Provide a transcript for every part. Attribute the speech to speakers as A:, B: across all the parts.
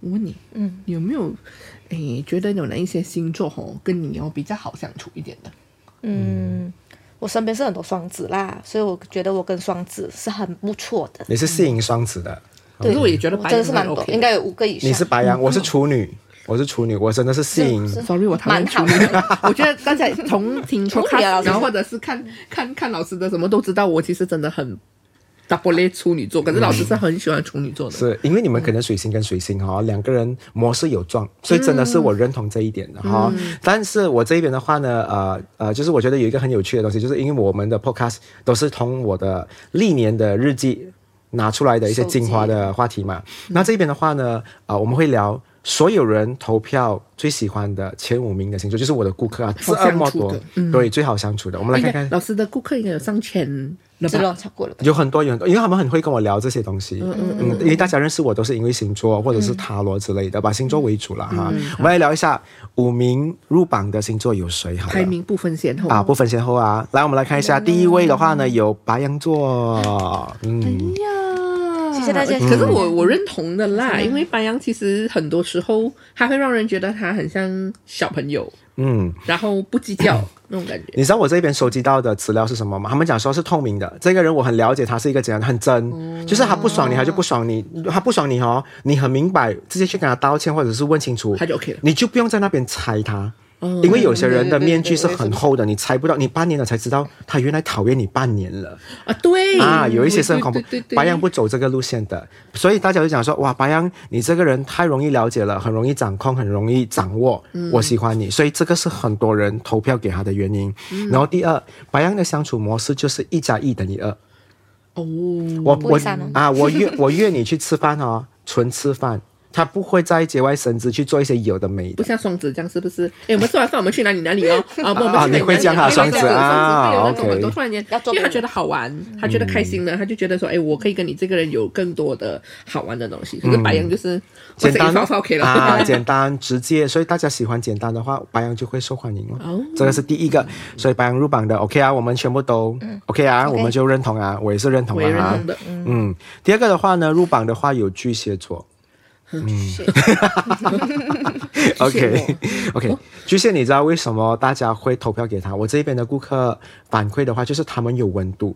A: 我问你，
B: 嗯，
A: 有没有诶觉得有哪一些星座吼跟你有比较好相处一点的？
B: 嗯，我身边是很多双子啦，所以我觉得我跟双子是很不错的。
C: 你是适应双子的，
A: 可是我也觉得
B: 我
A: 白
B: 真
A: 羊
B: 的是蛮
A: 很
B: 多，
A: OK 的
B: 应该有五个以上。
C: 你是白羊，我是处女，我是处女，我真的是适应。
B: 是
A: Sorry，我讨厌
B: 蛮
A: 处
B: 好
A: 理。 我觉得大家从听
B: 处 理啊老
A: podcast，
B: 师
A: 然后或者是看看看老师的什么都知道，我其实真的很 double A 处女座，可是老师是很喜欢处女座的。
C: 是因为你们可能水星跟水星哈、两个人模式有撞，所以真的是我认同这一点的哈、但是我这边的话呢，呃呃，就是我觉得有一个很有趣的东西，就是因为我们的 podcast 都是从我的历年的日记拿出来的一些精华的话题嘛。那这边的话呢，啊、我们会聊。所有人投票最喜欢的前五名的星座，就是我的顾客啊，
A: 好
C: 这
A: 相
C: 么
A: 处
C: 多
A: 的，
C: 对，最好相处的。我们来
A: 应
C: 看
A: 该
C: 看，
A: 哎老师的顾客应该有上千了
B: 这
A: 吧？
B: 种超过了吧？
C: 有很多有很多，因为他们很会跟我聊这些东西，嗯嗯，因为大家认识我都是因为星座或者是塔罗之类的，把星座为主啦哈。我们来聊一下五名入榜的星座有谁好了？
A: 排名不分先后
C: 啊，不分先后啊。来，我们来看一下，第一位的话呢有白羊座，嗯，
A: 呀
B: 谢谢大家
A: 可是我我认同的啦，因为白羊其实很多时候它会让人觉得它很像小朋友，
C: 嗯，
A: 然后不计 较那种感觉。
C: 你知道我这边收集到的资料是什么吗？他们讲说是透明的，这个人我很了解，他是一个怎样的，很真，就是他不爽你，他就不爽你，他不爽你哦，你很明白，直接去跟他道歉或者是问清楚，
A: 他就 OK 了
C: 你就不用在那边猜他。
A: 哦
C: 因为有些人的面具是很厚的，你猜不到，你半年了才知道他原来讨厌你半年了
A: 啊， 对
C: 啊！有一些是很恐怖
A: 对对对，对
C: 白羊不走这个路线的，所以大家就讲说哇，白羊你这个人太容易了解了，很容易掌控，很容易掌握，
A: 嗯
C: 我喜欢你，所以这个是很多人投票给他的原因。
A: 嗯
C: 然后第二，白羊的相处模式就是一加一等于二，
A: 哦，
C: 我
B: 不会
C: 我
B: 散哦
C: 啊，我约我约你去吃饭哦，纯吃饭，他不会在节外生枝去做一些有的没的
A: 不。像双子这样是不是？哎，我们吃完饭我们去哪里哪 里哦？啊，不，我们
C: 啊
A: 去哪里
C: 你会这样啊
A: 哪里
C: 双子
A: 对对对
C: 啊
A: 双子会有那种
C: OK 嗯
A: 很多突然间
B: 要，做
A: 因为他
B: 朋友
A: 觉得好玩，他觉得开心了，他就觉得说，哎，我可以跟你这个人有更多的好玩的东西。可是白羊就是
C: 嗯简单
A: 稍稍 OK
C: 啊，
A: 了，
C: 简单直接，所以大家喜欢简单的话，白羊就会受欢迎哦。
A: 哦
C: 这个是第一个，所以白羊入榜的 OK 啊，我们全部都 OK 啊，我们就认同啊，我也是认同
A: 嗯我
C: 啊
A: 也认
C: 哈
A: 同。的。
C: 嗯，第二个的话呢，入榜的话有巨蟹座。嗯
B: 是
C: OK
A: 哦
C: OK，巨蟹，你知道为什么大家会投票给他？我这边的顾客反馈的话，就是他们有温度，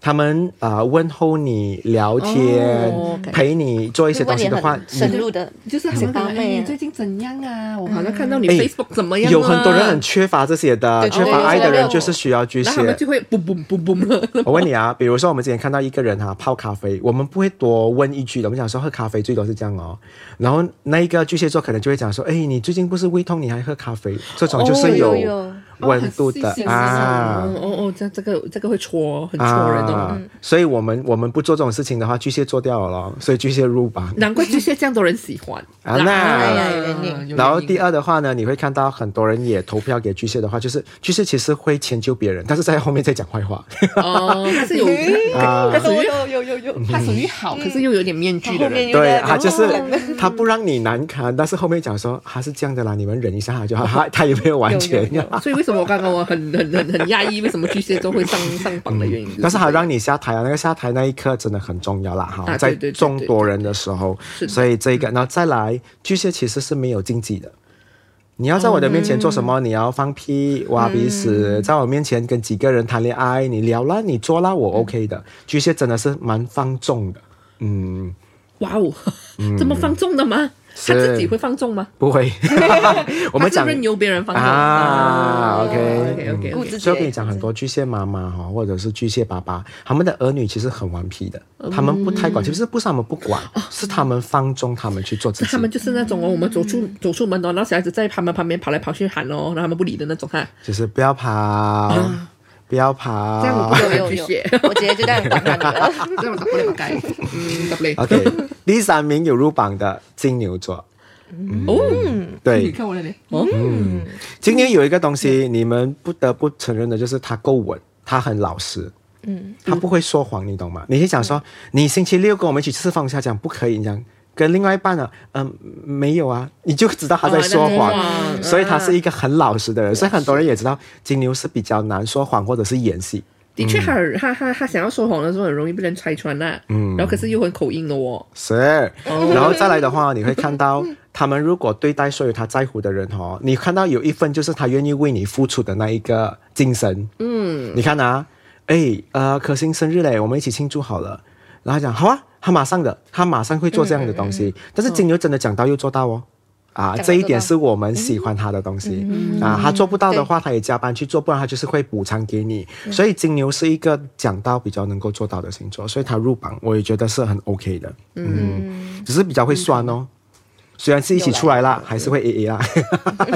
C: 他们啊问候你、聊天、
A: 哦，OK
C: 陪你嗯做一些
B: 如果
C: 东
B: 你
C: 西的话，
B: 很深入的，
A: 就是他们
B: 姐
A: 讲，
B: 妹啊
A: 哎，你最近怎样啊？我好
B: 嗯
A: 像看到你
C: 哎
A: Facebook 怎么样啊？
C: 有很多人很缺乏这些的，
B: 对
C: 缺
B: 对
C: 乏爱的
B: 对
C: 人
B: 对
C: 就是需要巨
A: 然后他
C: 蟹
A: 们。就会嘣嘣嘣嘣 了。
C: 我问你啊，比如说我们之前看到一个人哈、泡咖啡，我们不会多问一句的，我们讲说喝咖啡最多是这样哦。然后那一个巨蟹座可能就会讲说，哎，你最近不是胃痛，你还喝咖啡？这种就是
B: 有
C: 有
B: 有
C: 温度的、啊。
A: 哦哦哦，这这个这个会戳，很戳人哦。
C: 啊，所以我们我们不做这种事情的话，巨蟹做掉了咯，所以巨蟹入榜。
A: 难怪巨蟹这样多人喜欢。
C: 啊那
B: 哎呀有原因
A: 有
C: 然后
A: 原因
C: 第二的话呢，你会看到很多人也投票给巨蟹的话，就是巨蟹其实会迁就别人，但是在后面在讲坏话。
A: 哦，他是 有，
C: 啊嗯
A: 他属于
B: 有有有有，
A: 他属于好，可是又有点面具的
B: 嗯
A: 人
B: 后面。有
C: 对
B: 点
C: 他就是他不让你难堪，但是后面讲说他是这样的啦，你们忍一下就好， 他他也没有完全
B: 有有 有
A: 所以为什么我刚刚我很很很很压抑？为什么巨蟹座会上上榜的原因？
C: 嗯 但是他让你下台啊，那个下台那一刻真的很重要啦哈，
A: 啊
C: 在
A: 对对对
C: 众多人的时候，
A: 是的嗯
C: 所以这个，然后再来，巨蟹其实是没有禁忌的。你要在我的面前做什
A: 嗯
C: 么？你要放屁、挖鼻屎，在我面前跟几个人谈恋爱，你聊啦，你做啦，
A: 嗯
C: 我 OK 的。巨蟹真的是蛮放纵的，嗯，
A: 哇哦，这么放纵的吗？
C: 是
A: 他自己会放纵吗？
C: 不 会。 我
A: 我
C: 们讲
A: 任由别人放纵哦
C: 啊
A: ，OK OK
B: 固
A: OK，
B: 执
C: 所以我跟你讲，很多巨蟹妈妈哈，或者是巨蟹爸爸，他们的儿女其实很顽皮的，他们不
A: 嗯
C: 太管，其实不是他们不管，是他们放纵他们去做自己。
A: 他们哦就是那种哦，我们走出走出门哦，然后小孩子在他们旁边跑来跑去喊哦，然后他们不理的那种哈。
C: 就是不要跑，不要跑。
A: 啊这样我不
B: 有
A: 能
B: 有
A: 巨
B: 有
A: 蟹，，
B: 我直接就这样打他你了。
A: 这样啊我 double 该，嗯 double
C: OK，第三名有入榜的金牛座，
A: 哦，你
C: 对，嗯
A: 看我的脸，哦，
C: 今天有一个东西你们不得不承认的，就是他够稳，他很老实。嗯，他不会说谎，你懂吗？你是讲说，你星期六跟我们一起吃饭，他讲不可以，你讲跟另外一半呢，嗯，没有啊，你就知道他在说谎，嗯
A: 哦那
C: 所以他是一个很老实的人，所以很多人也知道金牛是比较难说谎或者是演戏。
A: 的确他很他他他想要说谎的时候很容易被人拆穿啦，嗯，然后可是又很口音的哦，
C: 是，然后再来的话，你会看到他们如果对待所有他在乎的人哦，你看到有一份就是他愿意为你付出的那一个精神。嗯，你看啊，哎，呃，可心生日嘞，我们一起庆祝好了。然后他讲好啊，他马上的，他马上会做这样的东西。但是金牛真的讲到又做到哦。啊，
B: 嗯讲到
C: 这一
B: 做
C: 点
B: 到嗯
C: 是我们喜欢他的东西、 啊，他做不到的话，他也加班去做，不然他就是会补偿给你。所以金牛是一个讲到比较能够做到的星座，所以他入榜，我也觉得是很 OK 的。嗯，只是比较会酸哦。虽然是一起出来啦，还是会 A A 啦，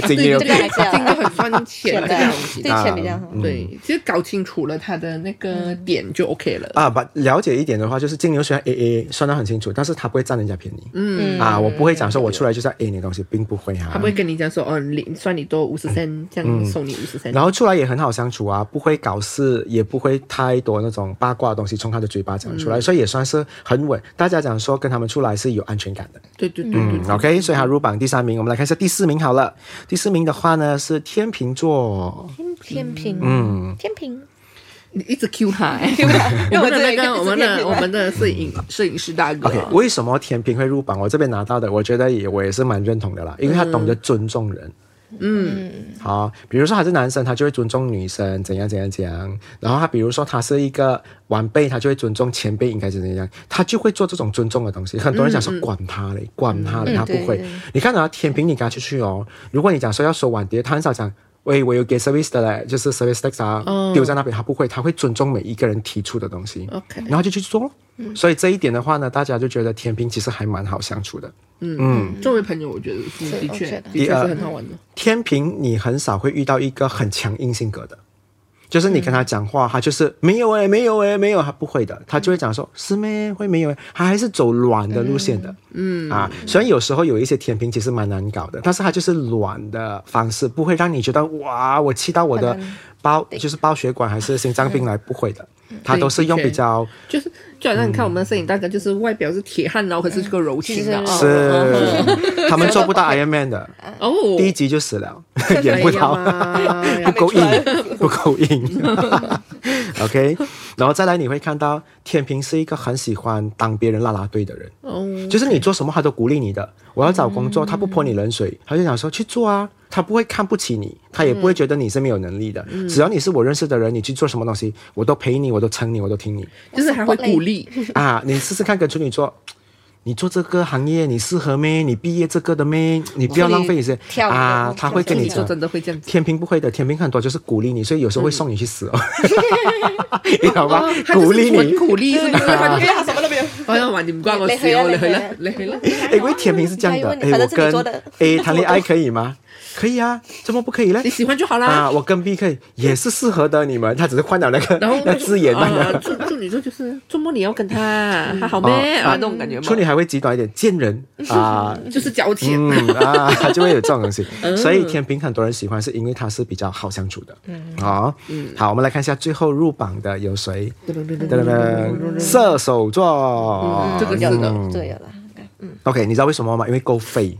C: 金
A: 对
C: 牛
B: 这个还是要
A: 真的很赚钱
B: 选
A: 了
B: 的
A: 这个东西
B: 对，钱比较
C: 啊嗯
B: 好。
A: 对，其实搞清楚了他的那个点就 OK 了。
C: 啊，把了解一点的话，就是金牛虽然 A A 算得很清楚，但是他不会占人家便宜。嗯啊，我不会讲说我出来就是要 A 你的东西，并不会啊哈、
A: 他不会跟你讲说，哦，你算你多五十三，这样送你五十三。
C: 嗯然后出来也很好相处啊，不会搞事，也不会太多那种八卦的东西从他的嘴巴讲出来，所以也算是很稳。大家讲说跟他们出来是有安全感的。
A: 对对对对，
C: 嗯，OK，所以他入榜第三名。我们来看一下第四名好了。第四名的话呢是天秤座，
B: 天平，嗯，天平，
A: 你一直 Q 他，哎
B: 因为
A: 我
B: 我
A: 们的
B: 这
A: 那
B: 一个
A: 个我们
B: 一直
A: 的
B: 骗
A: 我
B: 我
A: 们的摄影摄影师大哥啊
C: OK，为什么甜品会入榜？我这边拿到的，我觉得也我也是蛮认同的
B: 嗯
C: 啦，因为他懂得尊重人。嗯，好，比如说他是男生，他就会尊重女生，怎样怎样怎样。然后他比如说他是一个晚辈，他就会尊重前辈，应该是怎样，他就会做这种尊重的东西。很多人讲说管他嘞，管他嘞，他
B: 嗯
C: 不
B: 对
C: 会
B: 对。
C: 你看啊，甜品你跟他出去哦，如果你讲说要收碗碟，他很少讲。喂，我有给 service 的嘞，就是 service tax 啊，
B: 哦
C: 丢在那边，他不会，他会尊重每一个人提出的东西。
A: OK
C: 然后就去做咯。所以这一点的话呢，大家就觉得天平其实还蛮好相处的。嗯
A: 作为朋友，我觉得是
B: 是
A: 的
B: 我
A: 确
B: 觉得
A: 的确是很好玩的。
C: 天平你很少会遇到一个很强硬性格的，就是你跟他讲话，他就是没有哎、没有哎、没有，他不会的，他就会讲说、是咩，会没有哎、他还是走软的路线的。嗯啊，虽然有时候有一些天平其实蛮难搞的，但是他就是软的方式，不会让你觉得哇，我气到我的
B: 很难
C: 包就是爆血管还是心脏病来，不会的，他都是用比较。
A: 就是就好像你看我们的摄影大哥，就是外表是铁汉，然后可是这个柔情的
B: 是
A: 哦
C: 是，他们做不到 Iron Man 的，
A: 哦，
C: 第一集就死了， 演
A: 哎
C: 不
A: 呀
C: 到，
A: 妈
B: 啊
A: 呀
C: 不够硬， 不够硬。OK，然后再来你会看到天平是一个很喜欢当别人啦啦队的人，
A: 哦，
C: 就是你做什么他都鼓励你的。我要找工
B: 嗯
C: 作，他不泼你冷水，他就想说去做啊，他不会看不起
B: 嗯
C: 你，他也不会觉得你是没有能力的。只要你是我认识的人，你去做什么东西，我都陪你，我都撑你，我都 听你。
A: 就是还会鼓励，
C: 啊，你试试看跟处女座。你做这个行业，你适合咩？你毕业这个的咩？你不要浪费一些
B: 跳舞
C: 啊！他会跟
A: 处
C: 你
A: 女座
C: 讲，
A: 真的会这样子。
C: 天平不会的，天平很多就是鼓励你，所以有时候会送你 去死哦，你懂吗？
A: 哦他就是
C: 鼓励
A: 纯
C: 你，
A: 鼓励是不是？他就
B: 他什么都没有。
C: 啊
A: 哎呀，妈，你们关我事哦，你回来，你回来。
C: 哎，因为天平是这样的，
B: 你还问你
C: 哎，我
B: 反正是你做
C: 跟
B: 的
C: A 谈恋爱可以吗？可以啊，怎么不可以嘞
A: 你？喜欢就好啦。
C: 啊，我跟 B 可以，也是适合的，你们，他只是换了那个
A: 然后
C: 那字眼罢了
A: 啊，处处女座就是周末你要跟他，他好咩
C: 啊
A: 啊那种感觉嘛。
C: 处女还会极端一点，贱人
A: 嗯
C: 啊，
A: 就是矫情，
C: 嗯啊， 就会有这种东西。
A: 嗯
C: 所以天平很多人喜欢，是因为它是比较好相处的。
A: 嗯
C: 好、好，我们来看一下最后入榜的有谁？噔噔噔，射手座。
A: 这个
B: 有
A: 是的，
C: 嗯
B: 了，对有了。
C: OK，你知道为什么吗？因为够废。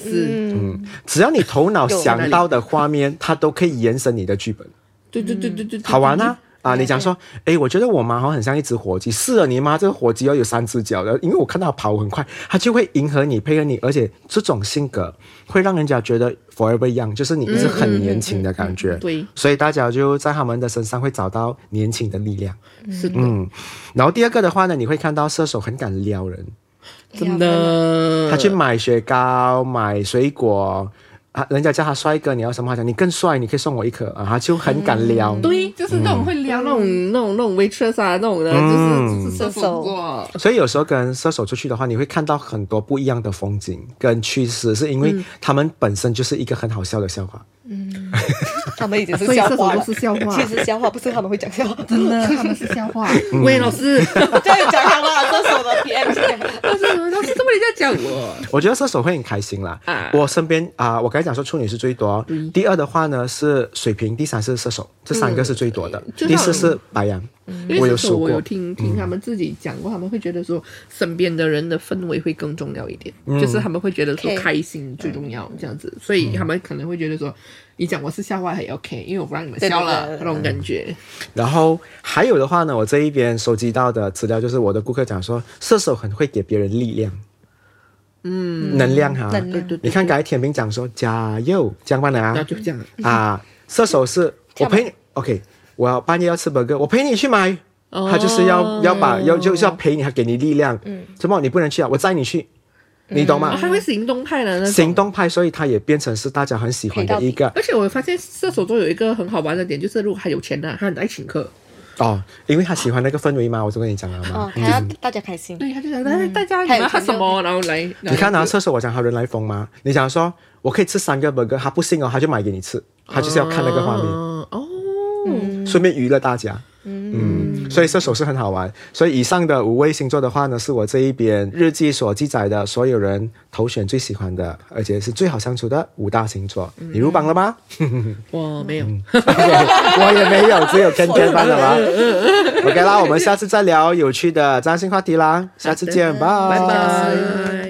A: 是，
C: 嗯，只要你头脑想到的画面，它都可以延伸你的剧本，
A: 对对对对嗯对，对
C: 好玩啊！啊，你讲说，哎，我觉得我妈好像很像一只火鸡，是啊，你妈这个火鸡要有三只脚的，因为我看到它跑很快，它就会迎合你、配合你，而且这种性格会让人家觉得 forever young，就是你一直很年轻的感觉。
A: 对，
C: 所以大家就在他们的身上会找到年轻的力量。
A: 是的，
C: 嗯，然后第二个的话呢，你会看到射手很敢撩人，
A: 真的，
C: 他去买雪糕、买水果。啊，人家叫他帅哥，你要什么？他讲你更帅，你可以送我一颗啊！他就很敢撩，
A: 对，就是那种会撩那种
B: 嗯
A: 那种那种 waitress 啊，那种的，
C: 嗯
A: 就是就是射手座，
C: 所以有时候跟射手出去的话，你会看到很多不一样的风景跟趋势，是因为
A: 嗯
C: 他们本身就是一个很好笑的笑话。
B: 他们已经
A: 所
B: 是
A: 以
B: 笑
A: 射手
B: 话
A: 座
B: 了，
A: 是 笑话
B: 其，实笑话不是他们会讲笑话，
A: 真的，他
C: 嗯
A: 们是笑话。喂，老师，
B: 这样讲好了，这是我的 PM。
A: 老师，老师，怎么你这样叫我？
C: 我觉得射手会很开心啦。
A: 啊嗯
C: 我身边啊、我刚才讲说处女是最多，第二的话呢是水瓶，第三是射手，这三个是最多的，
A: 就
C: 第
A: 像
C: 四是白羊。
A: 嗯因
C: 我
A: 为
C: 有
A: 射手
C: 数
A: 我有
C: 过，
A: 听听他们自己讲过，他们会觉得说身边的人的氛围会更重要一点，
C: 嗯
A: 就是他们会觉得说
B: OK
A: 开心最重要这样子，所以他们可能会觉得说，你讲我是笑话还 OK，因为我不让你们
B: 对对
A: 笑了
B: 对对
A: 那种感觉。
C: 然后还有的话呢，我这一边收集到的资料就是我的顾客讲说，射手很会给别人力量，嗯，能量哈、
B: 能量
A: 对对
C: 你看刚才天明讲说加油，江班啊，
A: 那就这样，
C: 啊，射手 是我
B: 跳
C: 陪你，OK，我要半夜要吃 burger，我陪你去买。
A: 哦
C: 他就是要要把要就是要陪你，还给你力量。嗯，怎么你不能去啊？我载你去，你懂
A: 啊，
C: 吗？
A: 他会行动派的那种。
C: 行动派，所以他也变成是大家很喜欢的一个
A: 而且我发现射手座有一个很好玩的点，就是如果他有钱的、他很爱请客，
C: 哦，因为他喜欢那个氛围嘛，我就跟你讲了嘛
B: 哦，。还要大家开心。
A: 对，他就想来大家你
B: 他
A: 们
B: 有
A: 要喝
B: 钱
A: 什
B: 就
A: 么，然后来。
C: 你看啊，
A: 然后就
C: 射手我讲他人来疯嘛，你讲说我可以吃三个 burger，他不信哦，他就买给你吃，他就是要看那个画面。
A: 嗯哦，
C: 顺便娱乐大家。嗯，所以射手是很好玩。所以以上的五位星座的话呢，是我这一边日记所记载的所有人投选最喜欢的，而且是最好相处的五大星座。你入榜了吗？
A: 我没有。
C: 我也没有，只有跟跟班了 吗
A: 嗯
C: ？OK 啦，我们下次再聊有趣的占星话题啦，下次见，拜
A: 拜拜。